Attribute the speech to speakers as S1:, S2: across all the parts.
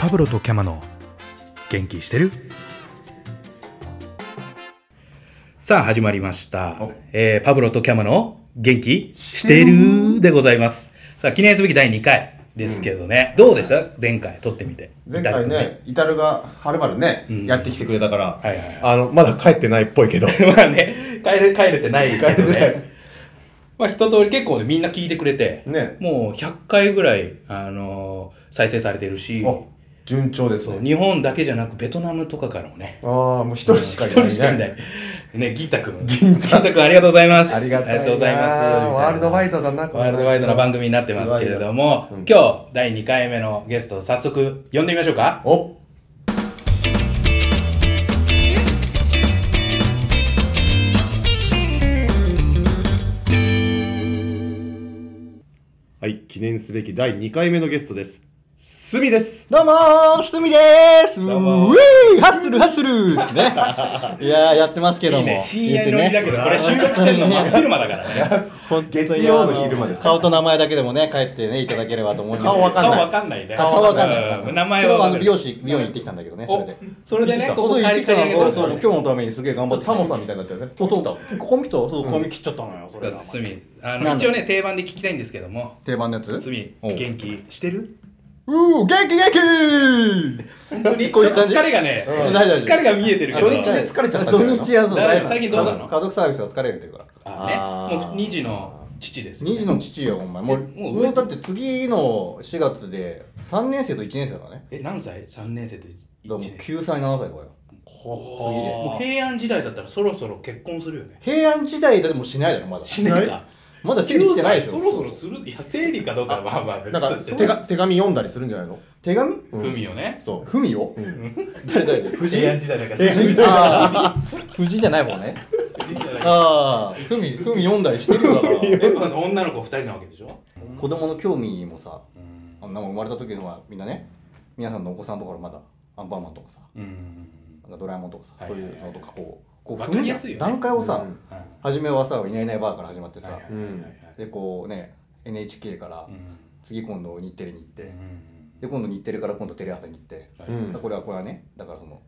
S1: パブロとキャマの元気してるさあ始まりました
S2: お、
S1: えーパブロとキャマの元気してるでございますさあ記念すべき第2回ですけどね、どうでした前回撮ってみて
S2: 前回ね、イタルがはるばるね、
S1: ん
S2: やってきてくれたから、
S1: はいはいはい
S2: あの、まだ帰ってないっぽいけど。
S1: だまあね 帰れ帰れてないけ
S2: 帰
S1: ど
S2: れてない
S1: ねまあ一通り結構ねみんな聞いてくれて、
S2: ね
S1: もう100回ぐらい、あのー再生されてるし
S2: あ、順調です
S1: そう
S2: ね。
S1: 日本だけじゃなくベトナムとかからもね
S2: ああ、もう一人しかいない、ね。
S1: 一人しかいない。ね、ギンタ君。
S2: 銀太
S1: 君ありがとうございます。
S2: ありがたいな
S1: とうございます。
S2: ワールドワイ
S1: ド。
S2: ドだな、
S1: ワールドワイドな番組になってますけれども、
S2: すごいなうん
S1: 今日第2回目のゲスト、早速呼んでみましょうか。
S2: お
S3: はい、記念すべき第2回目のゲストです。すみです。
S4: どうもー、すみでーす
S1: どうもー
S4: ウィーハッスルハッスルね。いやー、やってますけど
S1: いい
S4: も。
S1: ね、深夜乗り
S4: 言っ
S1: だ
S4: て
S1: け
S4: ね
S1: ど、これ収録してんの真っ昼間だからね。
S4: 本当に
S2: 月曜の昼間です
S4: あ顔と名前だけでもね、帰ってね、いただければと思います。
S2: 顔 わかん
S1: 顔
S2: ない
S1: わかんないね。
S4: 顔わかんない。
S1: うん名前
S4: 今
S1: は
S4: 日はあ
S1: わか
S4: の
S1: る
S4: 美容師、美容院行ってきたんだけどね、それで
S1: お。それでね、こ
S4: そ
S1: こ
S4: う行っ
S1: 借
S4: て
S1: り
S4: きた
S1: 借り上げ
S4: の
S1: た
S4: そうそう今日のためにすげえ頑張って。
S2: タモさんみたいになっちゃうね。
S4: そうそう。ここ見たそう、髪切っちゃったのよ、それが。
S1: すみ、あ
S4: な
S1: の、
S4: んだ
S1: 一応ね、定番で聞きたいんですけども、
S4: 定番のやつ
S1: すみ、
S4: おう
S1: 元気してる
S4: うー、元気元気
S1: 本当に、
S4: こういう感じ
S1: 疲れがね、
S4: うん大丈夫
S1: 疲れが見えてるけど。
S2: 土日で疲れちゃったんだ
S4: 土
S2: よな
S4: 日や
S1: 大丈夫
S4: ぞ、だいぶ
S1: 最近どうなの
S4: 家族サービスが疲れてるから。
S1: あね、
S2: あー
S1: もう2児の父です、ね。
S4: 2時の父よ、お前。もう、
S1: も
S4: も
S1: う
S4: う
S1: 上
S4: だって次の4月で、3年生と1年生だからね。
S1: え、何歳 ?3 年生と
S4: だから
S1: 1
S4: もう
S1: 年生。
S4: 9歳、7歳とかよ。
S1: もう平安時代だったらそろそろ結婚するよね。
S4: 平安時代でもしないだろ、まだ。
S1: しないか。
S4: まだ整理し
S1: 9
S4: てない
S1: 歳
S4: でし
S1: そ
S4: ょ。
S1: ろそろするいや、生理かどうかはまあまあ別
S2: なんか
S1: として
S2: 手が手紙読んだりするんじゃないの
S4: 手紙
S1: 文をね。
S2: そ
S4: ふみよ誰誰誰藤井
S1: 平安時代だから。
S4: あー藤井じゃないもんね。
S1: 藤井じゃない
S4: ああ、ふみ、ふみ読んだりしてるよだから。
S1: えまあ女の子2人なわけでしょ
S4: 子供の興味もさ、あんなもん生まれた時のはみんなね、皆さんのお子さんのところまだ、アンパンマンとかさ、
S1: うん。
S4: なんかドラえもんとかさ、
S1: はい
S4: そ
S1: は
S4: う
S1: い
S4: い
S1: はいう
S4: のとかこう、こう
S1: わか
S4: 踏む
S1: り
S4: じゃ
S1: やすいよ
S4: ん
S1: ね
S4: 段階をさ、
S1: はい
S4: 初めはさ、いないいないばあから始まってさ、
S1: はいはいはい
S4: でこうね、NHK から、
S1: うん
S4: 次今度日テレに行って、
S1: うん
S4: で今度日テレから今度テレ朝に行って、
S1: は
S2: う。う
S1: い
S2: ん。
S4: これはこれはねだからその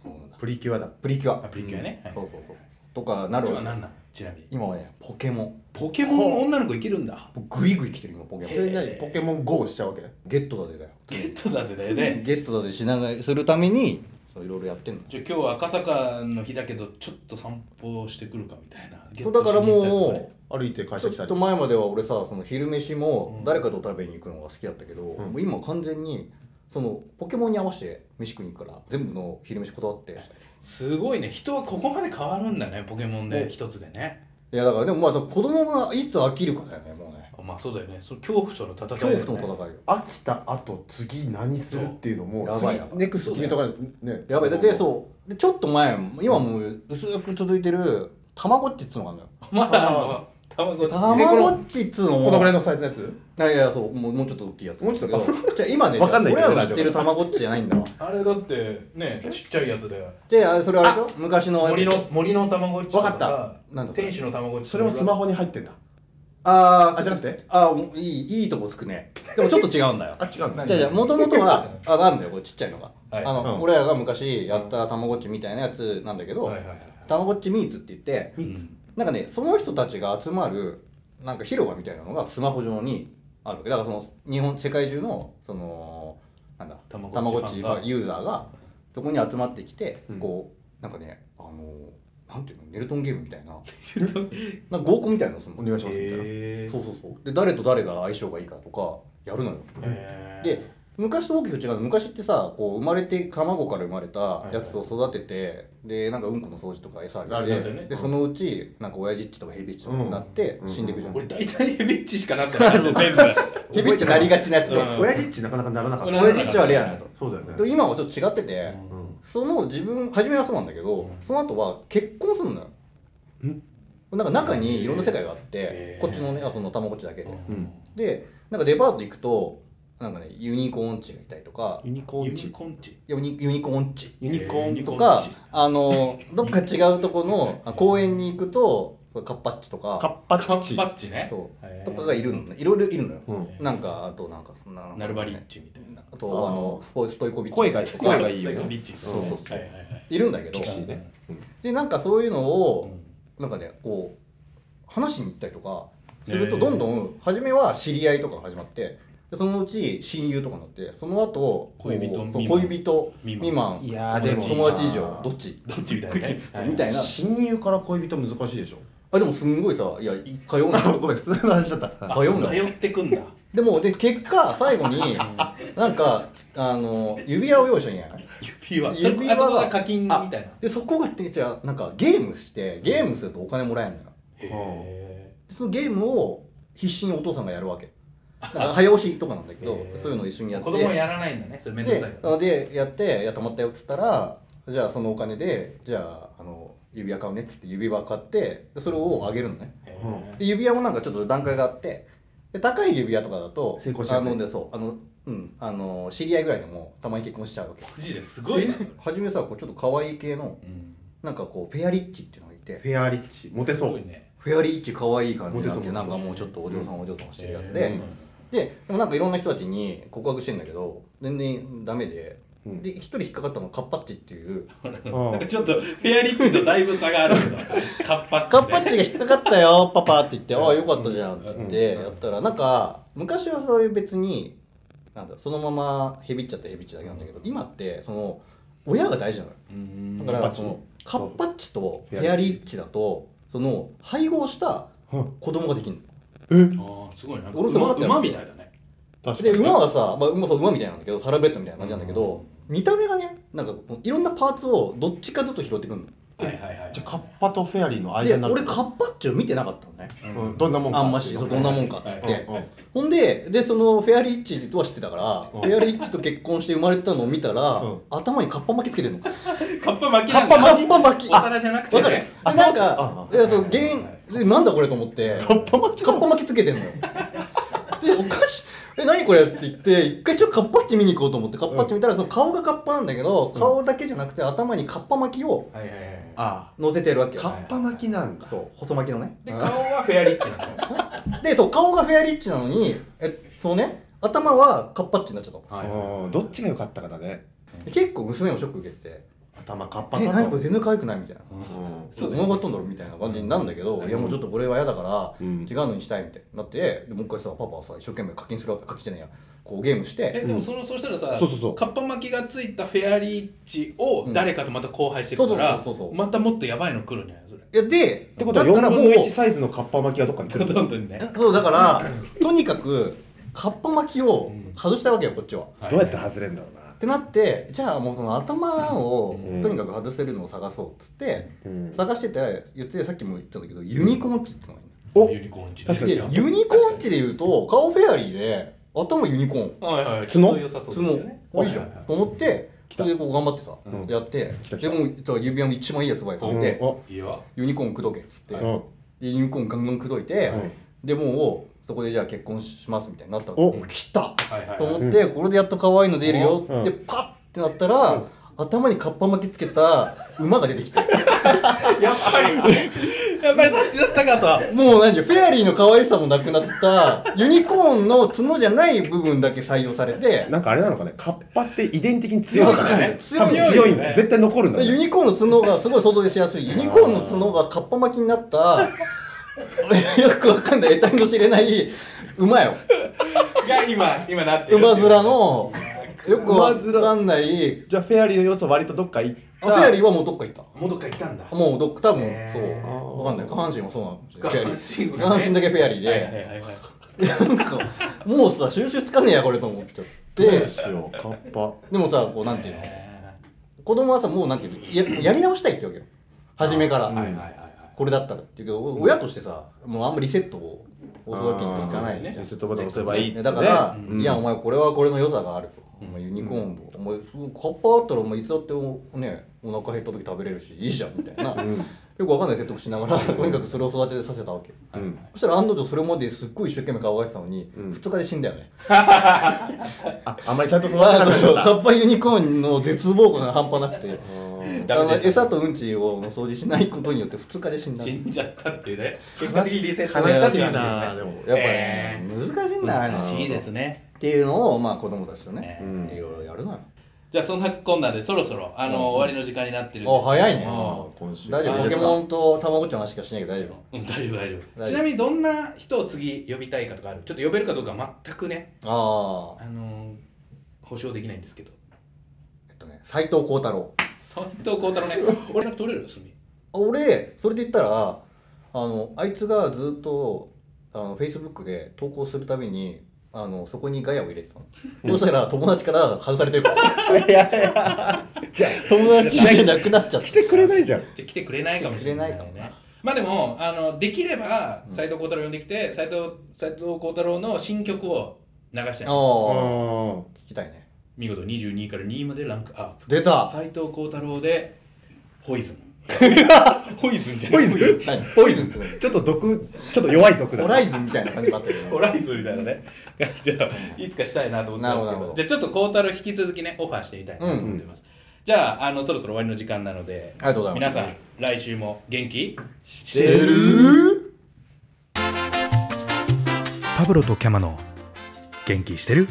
S4: そのなんだ
S2: プリキュアだ。
S4: プリキュア
S1: あプリキュアね。はい
S4: そうそうそうとかなる
S1: 今
S4: わ
S1: は
S4: け
S1: 何なんちなみに。
S4: 今はねポケモン
S1: ポケモン女の子いけるんだ。
S4: もうグイグイ来てる今ポケモ
S2: それ
S4: ン
S2: 何ポケモン GO しちゃうわけ
S4: ゲットだぜだよ
S1: ゲットだぜだよね。
S4: ゲットだぜしながらするためにそういろいろやってんの
S1: じゃあ今日は赤坂の日だけどちょっと散歩してくるかみたいな
S4: そうだからも
S2: 歩いて会社
S4: うちょ
S2: 来た
S4: っ
S2: り
S4: と。前までは俺さその昼飯も
S1: うん
S4: 誰かと食べに行くのが好きだったけど、もう今完全にそのポケモンに合わせて飯食いに行くから全部の昼飯断って
S1: すごいね人はここまで変わるんだねポケモンで一つでね
S4: いやだからでもまあ子供がいつ飽きるかだよねもうね
S1: まあそうだよねその恐怖との戦いだ
S4: 恐
S1: よね、
S4: 怖との戦いよ
S2: 飽きた後、次何するっていうのも、
S4: そうやばいやばい
S2: 次ネクスト決めとかないとね。
S4: やばいだってそうでちょっと前今もう薄く続いてるたまごっちっつうのがあるのよ
S1: まああの卵
S4: たまごっちっつうのも
S2: このぐらいのサイズのやつ
S4: いやいやそう もうもうちょっと大きいやつ
S2: もうちょっと
S4: じゃあ今ね
S2: わかんないけ
S4: 俺
S2: ど
S4: らの知ってるたまごっちじゃないんだわ
S1: あれだってねちっちゃいやつで
S4: じゃあそれあれでしょ昔の
S1: 森の森の卵っち
S2: わか
S4: ったなんだそれ
S1: 天使の卵っち
S2: それもスマホに入ってんだ。
S4: あー
S2: あじゃなくて
S4: あーいいいいとこつくねでもちょっと違うんだよ
S2: 違うんだ
S4: じゃあじゃあもともとはあなんだよこれちっちゃいのが、
S1: はい
S4: あの、
S2: うん
S4: 俺らが昔やったたまごっちみたいなやつなんだけど、
S1: はいはいはい
S4: たまごっちミーツって言って
S1: うん
S4: なんかね、その人たちが集まる、なんか広場みたいなのがスマホ上にあるわけ。だからその、日本、世界中の、その、なんだ、
S1: た
S4: た
S1: ま
S4: ま
S1: ごっち
S4: ごっち
S1: ファンが
S4: ユーザーが、そこに集まってきて、
S2: ん
S4: こう、なんかね、あのー、なんていうの、ネルトンゲームみたいな、なんか合コンみたいなのする
S2: お
S4: の。
S2: 願いしますみたいな。
S1: へー
S4: そうそうそう。で、誰と誰が相性がいいかとか、やるのよ。
S1: へー
S4: で昔と大きく違うの昔ってさこう生まれて卵から生まれたやつを育てて、でなんかうんこの掃除とか餌
S2: あ
S4: あ
S2: れ
S4: げ
S1: だ
S4: て、
S1: よね
S4: で
S2: うん
S4: そのうちなんか親父っちとかヘビっちとかになって
S2: うん
S4: 死んでいくじゃん、
S1: 俺大体ヘビッチしかなって ない全部
S4: ヘビっちなりがちなやつで、
S1: うん
S2: 親父っちなかなかならなかった。
S1: うん
S4: 親父っちはレアなやつ
S2: そうだよね。
S4: で今はちょっと違ってて、
S2: うん
S4: その自分初めはそうなんだけど、その後は結婚するのよなんか中にいろんな世界があって、
S1: へー
S4: こっちのねあその卵っちだけで、
S2: うん
S4: でなんかデパート行くとなんかねユニコーンチがいたりとか
S2: ユニコ
S1: ユ
S2: ーン
S1: ニ
S2: チ。
S1: コーンチ
S4: ユニユニコーンチ
S2: ユニコーン
S4: とか、あの、どっか違うとこのあ公園に行くと、カッパッチと
S2: カッ
S4: か、
S2: パ
S1: カ
S2: ッ
S1: ッ
S2: チ
S1: パ。ッチね
S4: そう、
S1: へー
S4: とかがいるのね。いろいろいるのよ。
S2: うん
S4: なんか、あとなんか、そんな。
S1: ナルバリッチみたいな
S4: な。あとあのスポストイコビッチ
S3: 声が
S4: とか
S3: 声がいいよね
S2: ビッチ
S4: そうそ
S1: は
S4: う
S1: いはいはい。
S4: いるんだけど
S3: 厳しいね、うん
S4: でなんかそういうの
S1: う
S4: を
S1: ん
S4: なんかねこう話しに行ったりとかする
S1: え
S4: と
S1: ー
S4: どんどん初めは知り合いとかが始まってでそのうち親友とかになってその後
S1: 恋人
S4: こうそう
S1: 未満
S4: 恋人
S1: 未満
S4: 未満
S2: いやー
S1: でもさ
S4: 友達以上どっち
S1: どっちみたいなね。はい
S4: みたいな
S2: 親友から恋人難しいでしょ
S4: あでもすんごいさいやい通うんだよ
S2: ごめん普通の話だった
S4: 通うんだよ
S1: 通ってくんだ。
S4: でもで結果最後になんかあの指輪を用意したんやない
S1: 指輪。そ
S4: 指
S1: こ
S4: 輪
S1: あそこ
S4: が
S1: が課金みたいな。へ
S4: でそこがじゃあなんかゲームしてゲームするとお金もらえるのよ
S1: え。
S4: でそのゲームを必死にお父さんがやるわけだから早押しとかなんだけ ど
S1: へー
S4: そういうのを一緒にやって
S1: 子供はやらないんだね。それ面倒くさい
S4: で
S1: か
S4: な
S1: ら。
S4: のでやって「いやたまったよ」っつったらじゃあそのお金でじゃああの指輪買うねっつって指輪買ってでそれをあげるのね
S1: へ
S4: で指輪もなんかちょっと段階があってで高い指輪とかだと
S2: 成功しやすい
S4: あのでそうあのうんあの知り合いぐらいでもたまに結婚しちゃうわけ
S1: えマジですごいな。
S4: 初めさこうちょっと可愛い系の
S1: うん
S4: なんかこうフェアリッチっていうのがいて
S3: フェアリッチモテ
S1: す
S3: そ
S1: ご
S3: う
S1: いね。
S4: フェアリッチ可愛い感じになっ
S3: モテ
S4: て
S3: そう
S4: なんかもうちょっとお嬢さんお嬢さんしてるやつ
S1: へ
S4: で
S1: ー
S4: ででもなんかいろんな人たちに告白してんだけど全然ダメで
S3: うん
S4: で一人引っかかったのがカッパッチっていう
S1: なんかちょっとフェアリッチとだいぶ差があるけど。カッパッチね。
S4: カッパッチが引っかかったよパパって言ってああよかったじゃんって言ってやったらなんか昔はそういう別になんだそのままへびっちゃってへびっちゃだけなんだけど今ってその親が大事なのよ
S1: うん。
S4: だから
S3: カッパッチ
S4: そのカッパッチとフ
S3: フ
S4: ェ
S3: ェ
S4: ア
S3: ア
S4: リッチだとその配合した
S3: うん
S4: 子供ができるの
S1: ああ、すごいな。
S4: 俺それ
S1: 馬
S4: 分かったよ
S1: 馬みたいだね。
S3: 確か
S4: で
S3: に
S4: 馬はさ、まあ、馬そう馬みたいなんだけどサラブレッドみたいな感じなんだけど、見た目がねなんかこういろんなパーツをどっちかずつ拾ってくる
S1: はいはいはい。
S3: じゃあカッパとフェアリーの
S4: の
S3: 間
S4: で
S3: にな
S4: 俺
S3: る
S4: カッパッチを見てなかったのね
S3: うんどんなもんか
S4: あんましそうどんなもんかっつって、
S3: はいはいはい
S4: ほんででそのフェアリッチとは知ってたから、フェアリッチと結婚して生まれたのを見たら、
S3: うん
S4: 頭にカッパ巻きつけてるのカ
S1: カッパ巻きな
S4: ッ
S1: んだ
S4: パカッパ巻き
S1: お皿じゃなくて
S4: わかる
S1: ね。
S4: あなんか
S3: あ
S4: いやそう
S1: はい
S4: 原因でなんだこれと思ってカッパ巻きカッパ巻きつけてんのよでおかしいえ何これって言って一回ちょっとカッパッチ見に行こうと思ってカッパッチ見たらその顔がカッパなんだけど顔だけじゃなくて頭にカッパ巻きを
S1: はいはいはい。
S3: あ
S4: 乗せてるわけ
S3: あ
S4: よ
S3: カッパ巻きなんだ
S4: そう細巻きのね
S1: で、顔はフェアリッチなの。
S4: でそう顔がフェアリッチなのにえそのね頭はカッパッチになっちゃったの
S1: はい
S3: うんどっちが良かったかだね
S4: で結構娘もショック受けてて
S3: 頭カッ
S4: 「
S3: パ
S4: え
S3: か
S4: 何ことれ全然可愛くない?」みたいな
S3: うん
S4: そう物語ったんだろみたいな感じになるんだけど、
S1: うん
S4: いやもうちょっとこれは嫌だから、
S3: うん
S4: 違うのにしたいみたいになってでもう一回さパパはさ一生懸命課金するわけ課金じゃねえやこうゲームし
S1: え
S4: て
S1: でもその、そうしたらさ
S3: そうそうそう
S1: カッパ巻きがついたフェアリッチを誰かとまた交配していくから、
S4: うんそうそうそうそうそう
S1: またもっとやばいの来るんじゃないそれ
S4: いやで
S3: ってことは
S4: だか
S3: 4
S4: らも
S3: 分
S4: う
S3: の1サイズのカッパ巻きがどっかに 来る
S1: どんどんね、
S4: そうだからとにかくカッパ巻きを外したいわけよこっちは。
S1: はい
S3: どうやって外れんだろうな
S4: ってなってじゃあもうその頭を
S3: うん
S4: とにかく外せるのを探そうっつって、
S3: うん
S4: 探してて言ってさっきも言ったんだけどユニコーンチってのがいいの
S3: お
S1: ユニコーンチ
S3: 確か
S4: で
S3: に
S4: ユニコーンチで言うと顔フェアリーで頭ユニコーン
S1: はいは
S3: 角
S1: いちょうど良さそうですよね
S4: 角あいいじゃん、
S1: はは
S4: と思って
S3: 来
S4: そ
S3: た
S4: れでこう頑張ってさ、
S3: うん
S4: やって
S3: 来た来
S4: で
S3: た
S4: もう指輪も一番いいやつばいされて、
S3: うん
S1: いいよ
S4: ユニコーン口説けっつって、
S3: あ
S4: で
S3: うん
S4: ユニコーンガンガン口説いて、
S3: うん
S4: でもうそこでじゃあ結婚しますみたいになったわけ
S3: お
S4: 来た
S1: はいはいはい
S4: と思って、これでやっと可愛いの出るよっつって、パッてなったら、頭にカッパ巻きつけた馬が出てきて
S1: やっぱりやっぱりそっちだったかと
S4: もう何フェアリーの可愛さもなくなったユニコーンの角じゃない部分だけ採用されて
S3: なんかあれなのかねカッパって遺伝的に強いんだね
S4: 強い
S3: 多分強いんだ
S1: 強いよね
S3: よ絶対残るんだ
S4: でユ
S3: ね
S4: ニコーンの角がすごい想像しやすいユニコーンの角がカッパ巻きになった よくわかんない得体の知れない馬よ
S1: が今今なってる
S4: 馬面のよくわかんない
S3: じゃあフェアリーの要素割とどっか行っ
S4: あフェアリ
S3: た
S4: ーはもうどっか行った
S1: もうどっか行ったんだ
S4: もうどっ多分
S1: へー
S4: そうわかんない下半身もそうなのかもしれない
S1: 下
S4: フェア
S1: 半身はね
S4: リー下半身だけフェアリー
S1: はいはい
S4: で
S1: はいはい
S4: なんかもうさ収集つかねえやこれと思っちゃって
S3: どうしようカッパ
S4: でもさこうなんていうの
S1: え
S4: 子供はさもうなんていうのややり直したいってわけよ初めか
S1: ーはいはい
S4: ら
S1: はいは
S4: これだったらっていうけどお親としてさもうあんまリセットを押すわけにはいかないじゃん
S3: リセットボタン押せばいいってね
S4: だから、
S3: うん
S4: いやお前これはこれの良さがあると、お前ユニコーンも、お前カッパあったらお前いつだっておねお腹減った時食べれるしいいじゃんみたいな、よくわかんない説得しながらとにかくそれを育てさせたわけ
S2: うん
S4: そしたら案の定それまですっごい一生懸命顔がってたのに、
S2: うん
S4: 2日で死んだよね
S5: ああんまりちゃんと育て
S4: あ
S5: なか
S4: の
S5: っ
S4: カッパユニコーンの絶望感が半端なくてあ
S1: ダメ
S4: の
S1: でした
S4: 餌とうんちを掃除しないことによって2日で死んだ
S1: 死
S4: やっ
S1: んじゃったっていうね。結果的にリセット
S5: た話し
S1: が
S5: た
S1: っ
S5: く
S1: て
S5: ないいうなでも
S4: ぱね、難しいんだ
S6: 難しいですね。
S4: っていうのをまあ子供たちとね、
S2: うん
S4: いろいろやるのよ
S1: じゃあそんなこんなんでそろそろあの、終わりの時間になってるん
S4: あ
S1: です
S4: 早いね
S1: うん
S5: 今週
S4: 大丈夫
S1: あ
S4: ポ
S1: れです
S4: ケ
S1: か
S4: モンとたまごっちの話しかしないけど大丈
S1: うん、大丈夫大丈
S4: 大丈
S1: 夫
S4: 夫
S1: ちなみにどんな人を次呼びたいかとかあるちょっと呼べるかどうかは全くね
S4: 夫あ
S1: あ
S4: あ
S1: のー、保証できないんですけど
S4: えっとね斎藤幸太郎
S1: 斎藤幸太郎ね 俺なんか取れる隅
S4: あ俺それで言ったらあのあいつがずっとあの Facebook で投稿するたびにあのそこにガヤを入れてたの そしたら友達から外されてるからいやいやじゃ友達じゃなくなっちゃって
S2: 来てくれないじゃん
S1: じゃあ来てくれないかもしれない
S4: 来てくれないかも
S1: まあでもあのできれば斎藤幸太郎呼んできて斎藤斎藤幸太郎の新曲を流したい
S4: あ
S2: あ
S4: あ聞きたいね
S1: 見事22位から2位までランクアップ
S4: 出た
S1: 斎藤幸太郎でホイ ズンホイズンじゃない
S2: ポイズン
S4: 何
S2: ポイズンちょっと毒ちょっと弱い毒
S4: ホ
S2: だ
S4: ライズンみたいな感じがあったけ
S1: ホ
S4: ど
S1: ライズンみたいな ね感じをいつかしたいなと思ってます
S4: な
S1: け
S4: るほ
S1: ど
S4: ど
S1: じゃあちょっと孝太郎引き続きねオファーしていたいなと思ってます、じゃああのそろそろ終わりの時間なので
S4: ありがとうございます
S1: 皆さん来週も元気
S4: 出る
S6: パブロとキャマの元気してる